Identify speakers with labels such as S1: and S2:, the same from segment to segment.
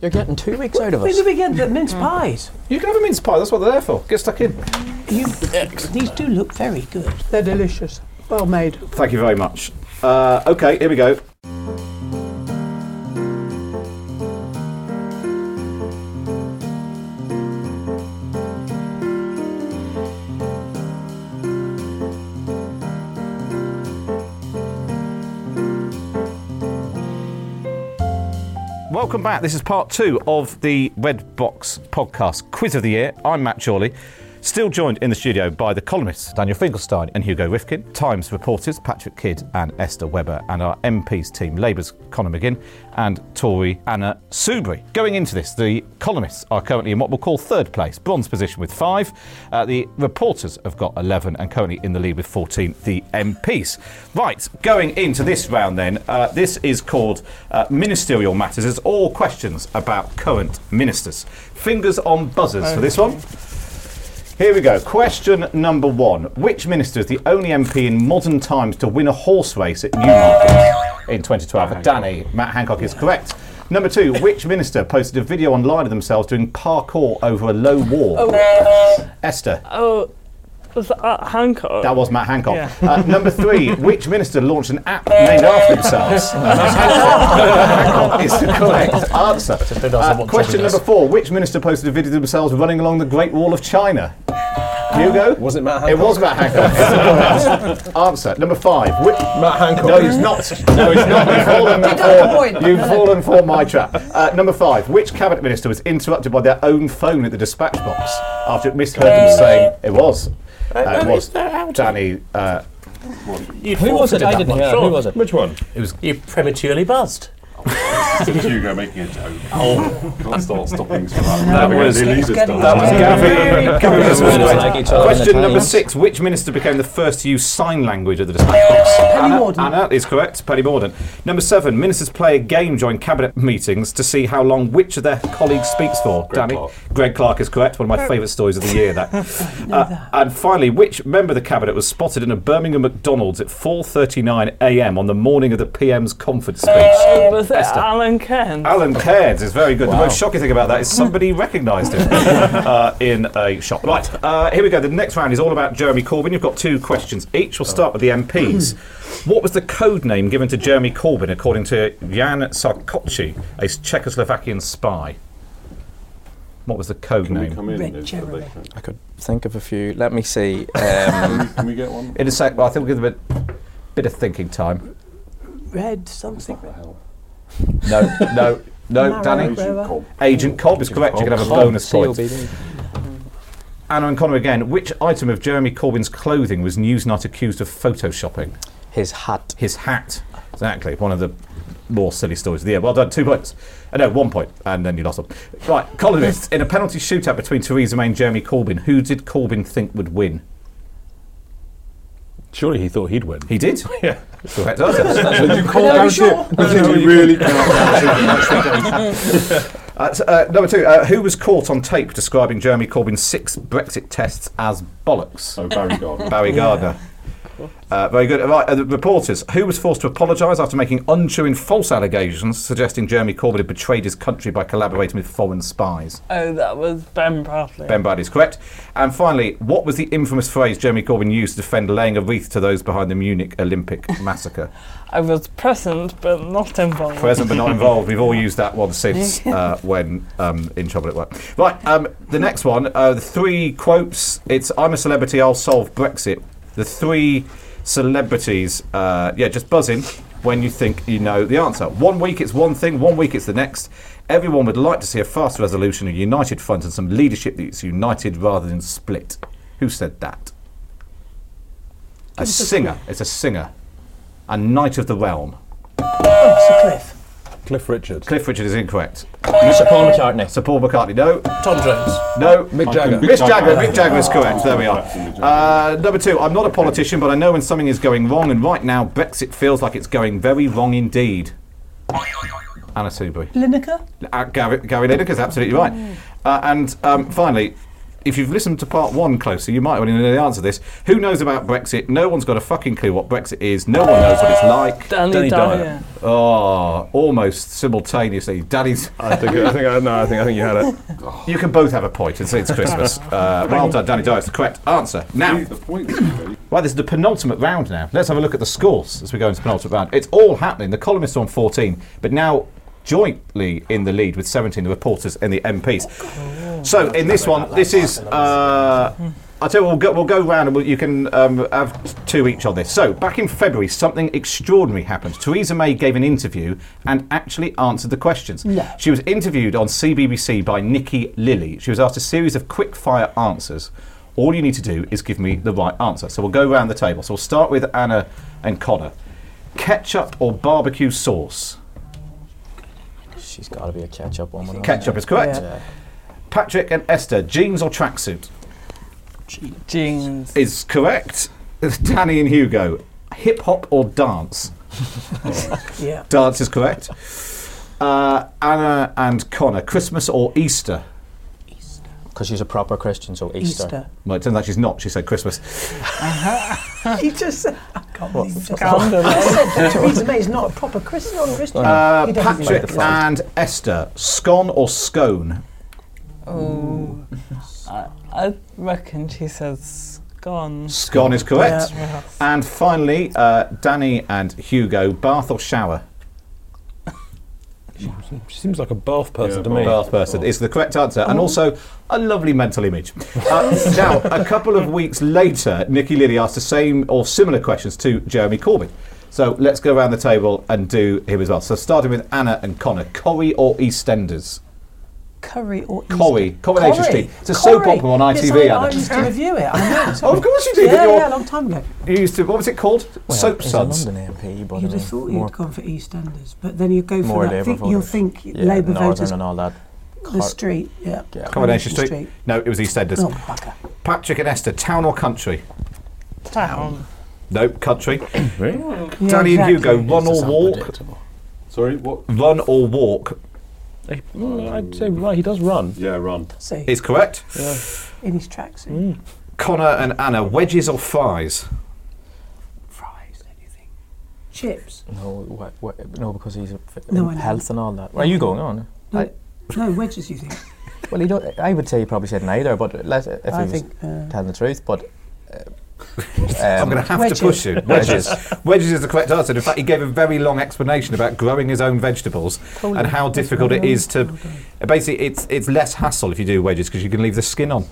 S1: You're getting two weeks out of
S2: Where
S1: us.
S2: did we get the mince pies?
S3: You can have a mince pie. That's what they're there for. Get stuck in.
S2: You, these do look very good. They're delicious. Well made.
S3: Thank you very much. Uh, okay, here we go. Welcome back. This is part two of the Red Box podcast quiz of the year. I'm Matt Chorley, still joined in the studio by the columnists Daniel Finkelstein and Hugo Rifkin, Times reporters Patrick Kidd and Esther Webber, and our MPs team, Labour's Conor McGinn and Tory Anna Soubry. Going into this, the columnists are currently in what we'll call third place, bronze position with five. Uh, the reporters have got 11 and currently in the lead with 14, the MPs. Right, going into this round then, uh, this is called uh, Ministerial Matters. It's all questions about current ministers. Fingers on buzzers for this one. Here we go. Question number one. Which minister is the only MP in modern times to win a horse race at Newmarket in 2012? Danny, Matt Hancock is correct. Number two, which minister posted a video online of themselves doing parkour over a low wall? Esther.
S4: Oh, was that Hancock?
S3: That was Matt Hancock. Uh, number three, which minister launched an app named after themselves? That's Hancock. Hancock is the correct answer.
S1: bit
S3: Uh, question number four, which minister posted a video of themselves running along the Great Wall of China? Hugo?
S5: Was it Matt
S3: It
S5: Hancock?
S3: was Matt Hancock. It's the correct answer. Number five, which.
S5: Matt Hancock.
S3: No, it's not. No, it's not. You've fallen for, you've fallen for my trap. Uh, number five, which cabinet minister was interrupted by their own phone at the dispatch box after it misheard them saying it was? Uh, it was Danny. Uh,
S1: Who was it? I didn't hear. Who was it?
S5: Which one?
S6: You prematurely buzzed.
S7: Hugo making a joke. Oh, can't start stopping for that.
S3: That was- that was Gavin. Gavin was
S1: Gavin was
S3: right.
S1: like each other in
S3: Question number
S1: Italian.
S3: six: Which minister became the first to use sign language at the dispatch box? Anna,
S2: Morden.
S3: Anna is correct. Penny Morden. Number seven: Ministers play a game during cabinet meetings to see how long which of their colleagues speaks for. Danny,
S7: Clark.
S3: Greg Clark is correct. One of my favourite stories of the year. That. Uh, and finally, which member of the cabinet was spotted in a Birmingham McDonald's at 4:39 a.m. on the morning of the PM's conference speech?
S4: was it
S3: Esther.
S4: Alan Kent?
S3: Alan Cairns is very good. The most shocking thing about that is somebody recognised him uh, in a shop. Right, uh, here we go. The next round is all about Jeremy Corbyn. You've got two questions each. We'll start with the MPs. what was the code name given to Jeremy Corbyn according to Jan Sarkozy, a Czechoslovakian spy? What was the code
S7: Can we
S3: name?
S7: come in?
S2: Red
S7: Is- are
S2: cherry.
S7: they-
S1: I could think of a few. Let me see. Um,
S7: Can we get one?
S3: In a sec, well, I think we'll give them a bit of thinking time.
S2: Red something. Oh,
S3: No, no, no, Danny.
S2: Marabella.
S3: Agent Cobb is correct. You can have a
S1: Cobb,
S3: bonus point.
S1: CLBD.
S3: Anna and Connor again. Which item of Jeremy Corbyn's clothing was Newsnight accused of photoshopping?
S1: His hat.
S3: His hat. Exactly. One of the more silly stories of the year. Well done. Two points. Uh, no, one point, and then you lost one. Right, columnists. in a penalty shootout between Theresa May and Jeremy Corbyn, who did Corbyn think would win?
S5: Surely he thought he'd win.
S3: He did. Yeah. Correct answer.
S7: Did you call down ship? Did you really call down
S3: Uh, so, uh, number two. Uh, who was caught on tape describing Jeremy Corbyn's six Brexit tests as bollocks?
S7: So Oh, Barry Gordon.
S3: Barry Gardner.
S4: awful.
S3: Uh, very good. Right, uh, the reporters. Who was forced to apologise after making untrue and false allegations suggesting Jeremy Corbyn had betrayed his country by collaborating with foreign spies?
S4: Oh, that was Ben Bradley.
S3: Ben Bradley is correct. And finally, what was the infamous phrase Jeremy Corbyn used to defend laying a wreath to those behind the Munich Olympic massacre?
S4: I was present but not involved.
S3: Present but not involved. We've all used that one since uh, when um, in trouble at work. Right, um, the next one, uh, the three quotes. It's I'm a celebrity, I'll solve Brexit. The three celebrities, uh, yeah, just buzz in when you think you know the answer. One week it's one thing, one week it's the next. Everyone would like to see a fast resolution, a united front, and some leadership that's united rather than split. Who said that? A singer. It's a singer. A Knight of the Realm.
S2: Sir Cliff.
S5: Cliff Richard.
S3: Cliff Richard is incorrect.
S1: Sir Paul McCartney.
S3: Sir Paul McCartney, no.
S6: Tom Jones.
S3: No.
S5: Mick Jagger.
S3: Mick Jagger. Mick Jagger is correct. There we are. Uh, number two, I'm not a politician, but I know when something is going wrong, and right now Brexit feels like it's going very wrong indeed. Anna Soubry.
S2: Lineker?
S3: Uh, Gary, Gary Lineker is absolutely right. Uh, and um, finally, if you've listened to part one closer, you might already know the answer to this. Who knows about Brexit? No one's got a fucking clue what Brexit is. No one knows what it's like.
S4: Danny,
S5: Danny
S4: Dyer.
S5: Dyer.
S3: Oh, almost simultaneously. Daddy's.
S5: I think. I think. I, no. I think. I think you had it.
S3: You can both have a point and say it's Christmas. Uh, well done, Danny Dyer. It's the correct answer. Now,
S7: The point is, though,
S3: right, this is the penultimate round now. Let's have a look at the scores as we go into the penultimate round. It's all happening. The columnists on 14, but now jointly in the lead with 17, the reporters and the MPs. So in this one, this is. Uh, I'll tell you, what, we'll go, we'll go round and we'll, you can um, have t- two each on this. So, back in February, something extraordinary happened. Theresa May gave an interview and actually answered the questions. She was interviewed on CBBC by Nikki Lilly. She was asked a series of quick fire answers. All you need to do is give me the right answer. So, we'll go round the table. So, we'll start with Anna and Connor. Ketchup or barbecue sauce?
S1: She's got to be a catch-up woman. right?
S3: Ketchup is correct.
S1: Yeah.
S3: Patrick and Esther, jeans or tracksuit?
S4: Jeans.
S3: Is correct. Danny and Hugo, hip hop or dance?
S2: Yeah.
S3: Dance is correct. Uh, Anna and Connor, Christmas or Easter?
S1: Because she's a proper Christian, so Easter.
S2: Easter.
S3: Well, it turns out she's not. She said Christmas.
S2: he just said, I can't believe he just I said that Theresa May is not a proper Christian. Not a Christian.
S3: Uh,
S2: He doesn't like
S3: Patrick
S2: the front.
S3: and Esther, scone or scone?
S4: Oh. I, I reckon she says gone.
S3: Scone is correct. And finally, uh, Danny and Hugo, bath or shower?
S5: She seems like a bath person
S7: Yeah,
S5: to me.
S3: Bath person is the correct answer, and also a lovely mental image. Uh, now, a couple of weeks later, Nikki Lilly asked the same or similar questions to Jeremy Corbyn. So let's go around the table and do him as well. So starting with Anna and Connor, Corrie or EastEnders?
S2: Curry or Easter.
S3: Corrie, combination
S2: Corrie.
S3: street. It's a soap
S2: Corrie.
S3: opera on
S2: Yes,
S3: ITV,
S2: I, I
S3: Anna.
S2: used to review it. I know.
S3: Oh, of course you did.
S2: yeah,
S3: but you're-
S2: yeah, a long time ago.
S3: you used to. What was it called?
S1: Well,
S3: soap
S1: he's a
S3: suds.
S1: London MP, but I
S2: You'd
S1: mean,
S2: have thought
S1: more,
S2: you'd gone for EastEnders, but then you go
S1: more
S2: for that.
S1: Labour
S2: Think,
S1: voters.
S2: you'll think
S1: yeah,
S2: Labour
S1: Northern
S2: voters,
S1: and all that.
S2: the street. Yeah.
S1: Yeah.
S3: Combination street. No, it was EastEnders.
S2: Oh, bugger.
S3: Patrick and Esther, town or country?
S4: Town.
S3: No, country.
S2: Yeah,
S3: Danny and
S2: exactly.
S3: Hugo, run or walk?
S7: sorry, what?
S3: Run or walk
S5: He- mm, I'd say right. He does run.
S7: Yeah, run.
S2: See,
S3: is Mm. correct.
S2: in his tracksuit.
S3: Connor and Anna, wedges or fries?
S2: Fries, anything. Chips.
S1: No, what, what, no, because he's a f-
S2: No, I know.
S1: health and all that. Where are you going on?
S2: No,
S1: I-
S2: no wedges, you think?
S1: Well, he don't, I would say he probably said neither, but let, if he
S2: I
S1: was
S2: think, uh,
S1: telling the truth, but. uh,
S3: I'm
S1: um,
S3: going to have
S2: wedges.
S3: to push you. Wedges. wedges is the correct answer. In fact, he gave a very long explanation about growing his own vegetables and how difficult it is to. Basically, it's it's less hassle if you do wedges because you can leave the skin on.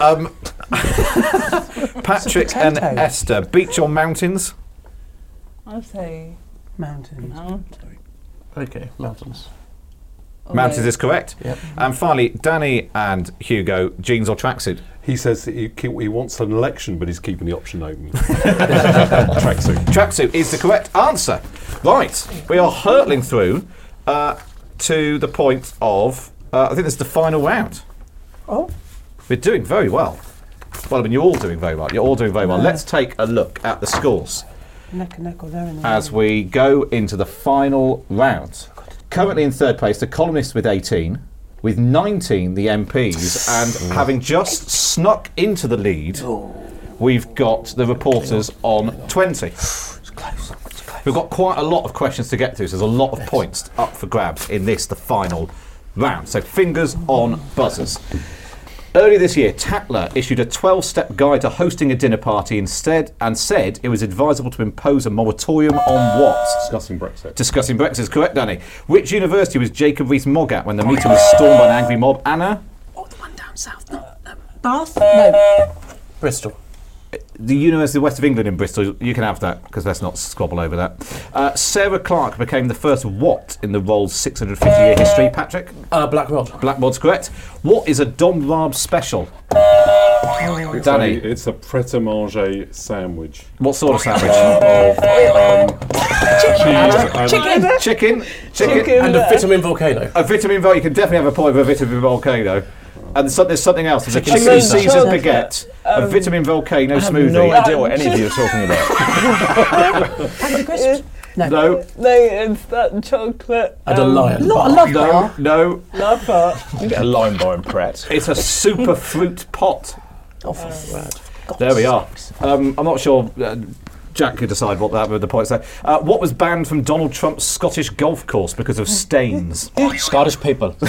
S3: Um, Patrick and
S2: potato.
S3: Esther, beach or mountains?
S4: I'd say
S2: Mountains.
S4: mountain.
S5: Okay, mountains.
S3: Mountains is correct. And finally, Danny and Hugo, jeans or tracksuit?
S7: He says that he, keep, he wants an election, but he's keeping the option open. Tracksuit.
S3: Tracksuit is the correct answer. Right, we are hurtling through uh, to the point of, uh, I think this is the final round.
S2: Oh,
S3: We're doing very well. Well, I mean, you're all doing very well. You're all doing very well. Let's take a look at the scores
S2: neck and neck or there and there.
S3: as we go into the final round. Currently in third place, the columnists with 18, with 19 the MPs, and having just snuck into the lead We've got the reporters on 20. We've got quite a lot of questions to get through, so there's a lot of points up for grabs in this, the final round. So fingers on buzzers. Earlier this year, Tatler issued a 12 step guide to hosting a dinner party instead and said it was advisable to impose a moratorium on what?
S7: Discussing Brexit.
S3: Discussing Brexit is correct, Danny. Which university was Jacob Rees Mogg at when the meeting was stormed by an angry mob? Anna?
S2: Down south.
S3: uh,
S4: Bath? No.
S6: Bristol.
S3: The University of West of England in Bristol, you can have that because let's not squabble over that. Uh, Sarah Clark became the first what in the role's 650 year history, Patrick?
S6: Uh, Black Rod.
S3: Blackmod's correct. What is a Dom Raab special?
S7: It's
S3: Danny.
S7: a, it's a pret a manger sandwich. Um,
S3: What sort of sandwich?
S5: Oh,
S7: Cheese and
S4: Chicken.
S3: Chicken? Chicken?
S6: And a vitamin volcano.
S3: A vitamin volcano, you can definitely have a pie with a vitamin volcano. And so, there's something else. There's a chicken
S4: Chicken
S3: Caesar
S4: chocolate.
S3: baguette, a vitamin volcano
S1: Um, I have
S3: smoothie.
S1: no idea what any of you are talking about.
S2: Packet of crisps.
S3: Uh, No,
S4: No, it's that chocolate. um,
S6: And a lion.
S2: Not a
S6: bar.
S2: love
S3: no,
S2: bar.
S3: no.
S4: Love bar.
S1: You get a lime bar in Pret.
S3: It's a super fruit pot.
S2: Oh, for word.
S3: There we are. Um, I'm not sure. Uh, Jack could decide what that with the points there. Uh, what was banned from Donald Trump's Scottish golf course because of stains?
S1: Scottish people.
S2: Go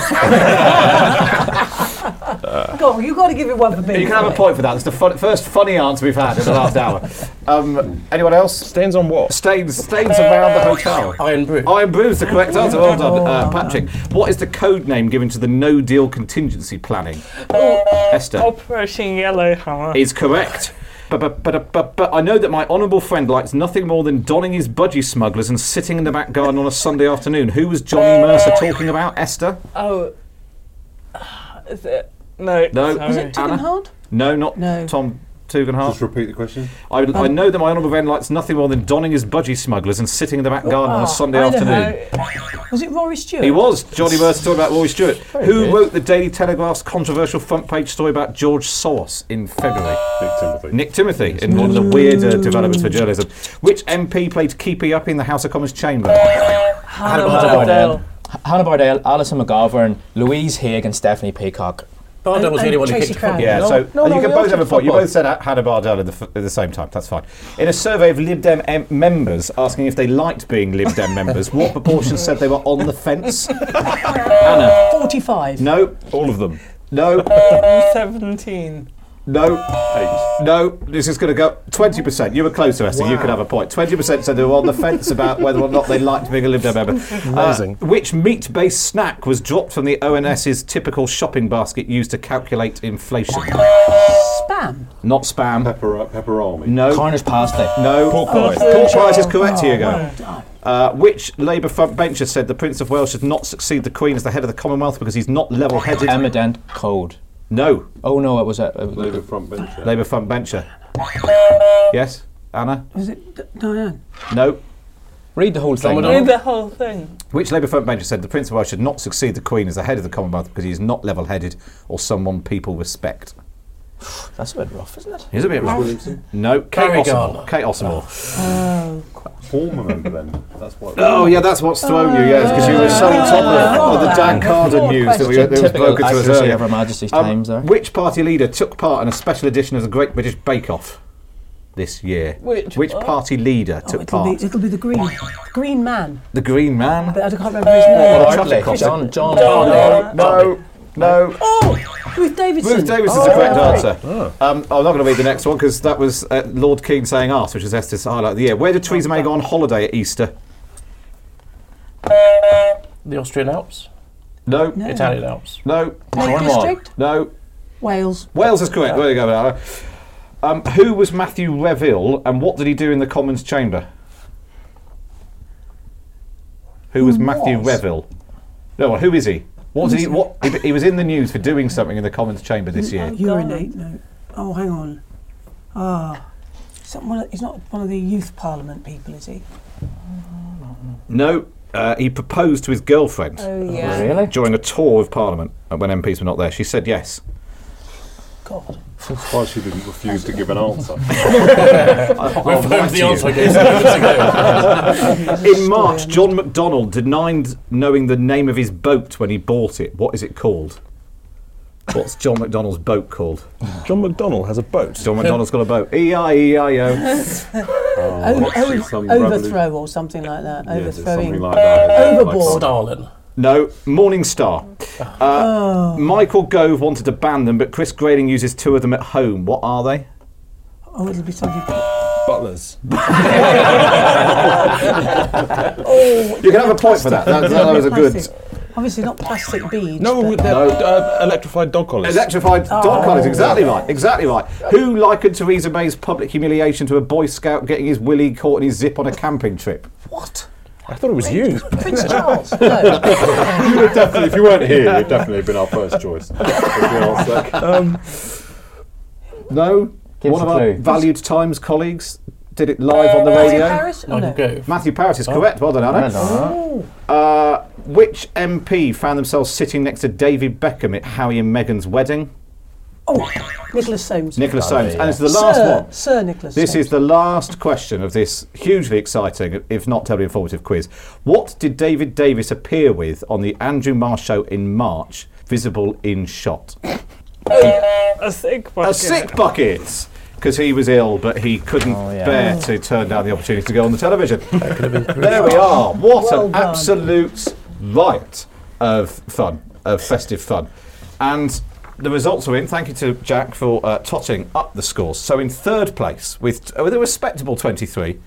S2: on, you got to give it one for me.
S3: you can have a point for that. It's the fun- first funny answer we've had in the last hour. Um, anyone else?
S1: Stains on what?
S3: Stains, stains around the hotel.
S6: Iron Brew.
S3: Iron Brew's the correct answer. Well done, uh, Patrick. What is the code name given to the No Deal contingency planning? Oh, Esther
S4: Operation Yellowhammer.
S3: is correct. But, but, but, but, but I know that my honourable friend likes nothing more than donning his budgie smugglers and sitting in the back garden on a Sunday afternoon. Who was Johnny Mercer talking about? Esther?
S4: Oh. Is it? No.
S3: No.
S4: Sorry.
S3: Is
S4: it
S3: Anna?
S2: hard?
S3: No, not
S2: No.
S3: Tom
S7: Just
S3: Tugendhat.
S7: repeat the question.
S3: I, I
S2: Um,
S3: know that my honourable friend likes nothing more than donning his budgie smugglers and sitting in the back garden on a Sunday
S2: Oh, I know.
S3: afternoon.
S2: Was it Rory Stewart?
S3: He was. Johnny Mercer talking about Roy Stewart. Who wrote the Daily Telegraph's controversial front page story about George Soros in February?
S7: Big Timothy.
S3: Nick Timothy, in one of the weird uh, developments for journalism. Which MP played Keepy Up in the House of Commons chamber?
S4: Hannah
S1: Hannah
S4: Bardell.
S1: Bardell, Hannah Bardell, Alison McGovern, Louise Haig, and Stephanie Peacock.
S6: Bardell was the only
S2: And- and
S6: one who
S2: Tracy
S6: kicked
S2: Crown.
S6: football.
S3: Yeah,
S2: No,
S3: so
S2: no,
S3: and
S2: no,
S3: you can
S2: we all
S3: both have a
S2: took
S3: point. You
S2: football.
S3: both said Hannah Bardell at the, f- at the same time. That's fine. In a survey of Lib Dem em- members asking if they liked being Lib Dem members, what proportion said they were on the fence? Anna,
S2: 45.
S3: no,
S1: All of them.
S3: no,
S4: Seventeen.
S3: no,
S7: Eight.
S3: no. This is going to go 20%. You were closer, Esther. You could have a point. 20% said they were on the fence about whether or not they liked being a Lib Dem member. Amazing. which meat-based snack was dropped from the ONS's typical shopping basket used to calculate inflation?
S2: Spam.
S3: Not spam.
S7: Pepper, uh, pepperami.
S3: No.
S1: Cornish pasty.
S3: No.
S1: Pork pies.
S3: Pork pies is correct,
S2: Oh,
S3: Hugo. Uh, which Labour frontbencher said the Prince of Wales should not succeed the Queen as the head of the Commonwealth because he's not level headed?
S1: Emma Dent code.
S3: no.
S1: Oh no, it was a. It was
S7: Labour front bencher.
S3: Labour frontbencher. Yes? Anna?
S2: Was it D- Diane?
S3: No.
S1: read the whole thing.
S6: Domino.
S4: Read
S1: man.
S4: the whole thing.
S3: Which Labour frontbencher said the Prince of Wales should not succeed the Queen as the head of the Commonwealth because he's not level headed or someone people respect?
S1: That's a bit rough, isn't it?
S3: He's a bit
S7: Williamson.
S3: No. Kate
S6: Carrie
S3: Osmore.
S6: Garner.
S3: Kate Osmore.
S7: Former member then. That's what.
S3: Oh yeah, that's what thrown you, yes, because you were so on top of, of the Dan Carden news that, we, that was
S1: Typical
S3: broken to us
S1: accuracy
S3: earlier.
S1: of Her Majesty's
S3: Um,
S1: times there.
S3: Which party leader took part in a special edition of the Great British Bake Off this year?
S4: Which-
S3: party leader
S2: Oh,
S3: took
S2: it'll,
S3: part?
S2: be, it'll be the green. Green man.
S3: the Green Man? Oh,
S2: But I can't remember his name.
S3: traffic
S1: Bartley.
S3: cop.
S1: John. John.
S3: No, no, no.
S2: Oh, Ruth Davidson.
S3: Ruth Davis
S8: Oh.
S3: is the correct answer. Um, I'm not going to read the next one because that was uh, Lord Keane saying arse, which is Esther's highlight of the year. Where did Theresa May go on holiday at Easter?
S6: The Austrian Alps.
S3: No,
S2: No.
S6: Italian Alps.
S3: no,
S2: Lake
S1: Cornwall.
S2: District,
S3: no.
S2: Wales.
S3: Wales is correct. There you go. Anna. Um, who was Matthew Reville and what did he do in the Commons chamber? Who
S2: Mm,
S3: was Matthew
S2: was?
S3: Reville? No, well, who is he? What did he? What he, he was in the news for doing something in the Commons chamber this
S2: Mm,
S3: year.
S2: Urinate. No. Oh, hang on. Ah. Someone, he's not one of the youth parliament people, is he?
S3: No, uh, he proposed to his girlfriend
S4: Oh yeah.
S1: Really?
S3: during a tour of Parliament uh, when MPs were not there. She said yes.
S2: God.
S7: That's why she didn't refuse to give an answer.
S3: I'll lie to
S6: Oh, the
S3: you.
S6: answer I gave seconds ago.
S3: Uh, In March, John McDonald denied knowing the name of his boat when he bought it. What is it called?
S9: What's John McDonald's boat called?
S5: John McDonnell has a boat.
S9: John McDonald's got a boat. E I E I O.
S8: Over-
S9: what's
S8: over-
S9: some
S8: Oh, overthrow or something like that.
S9: Yeah, there's
S8: Overthrowing.
S9: something like that.
S8: Overboard.
S3: No, Morning Star. Uh, Michael Gove wanted to ban them, but Chris Grading uses two of them at home. What are they?
S8: Oh, it'll be something.
S5: Butlers.
S8: oh,
S3: You can have a point for that. That, that was a good.
S8: Obviously not plastic beads.
S5: No,
S8: but-
S5: with the, Uh, electrified dog collars.
S3: Electrified dog collars,
S5: Oh.
S3: exactly right, exactly right. Who likened Theresa May's public humiliation to a Boy Scout getting his willy caught in his zip on a camping trip?
S8: What?
S5: I thought it was you.
S8: Prince Charles.
S7: you would definitely, if you weren't here, you'd definitely have been our first choice.
S3: Um, no,
S7: Give us
S3: one of
S7: a
S3: our
S7: clue.
S3: valued Times colleagues did it live on the
S8: Matthew
S3: radio.
S8: Parrish? Oh, Michael no. Gove.
S3: Matthew Parrish is correct. Well done, Anna.
S8: Oh.
S3: Uh, which MP found themselves sitting next to David Beckham at Harry and Meghan's wedding?
S8: Oh, Nicholas Soames.
S3: Nicholas Soames. And it's the last
S8: Sir,
S3: one.
S8: Sir Nicholas.
S3: This is the last question of this hugely exciting, if not terribly informative, quiz. What did David Davis appear with on the Andrew Marr show in March, visible in shot?
S4: A sick bucket.
S3: A sick bucket! Because he was ill, but he couldn't
S7: Oh,
S3: bear to turn down the opportunity to go on the television. there we are. What
S7: Well
S3: an
S7: done.
S3: absolute riot of fun, of festive fun. And the results are in. Thank you to Jack for uh, totting up the scores. So in third place, with, uh, with a respectable 23,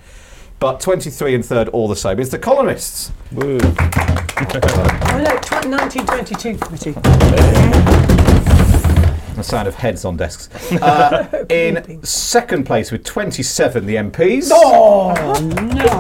S3: but 23 and third all the same, is The Colonists.
S8: Oh, no, tw- 1922 committee.
S3: The sound of heads on desks. Uh, in second place with 27, the MPs.
S8: Oh, no.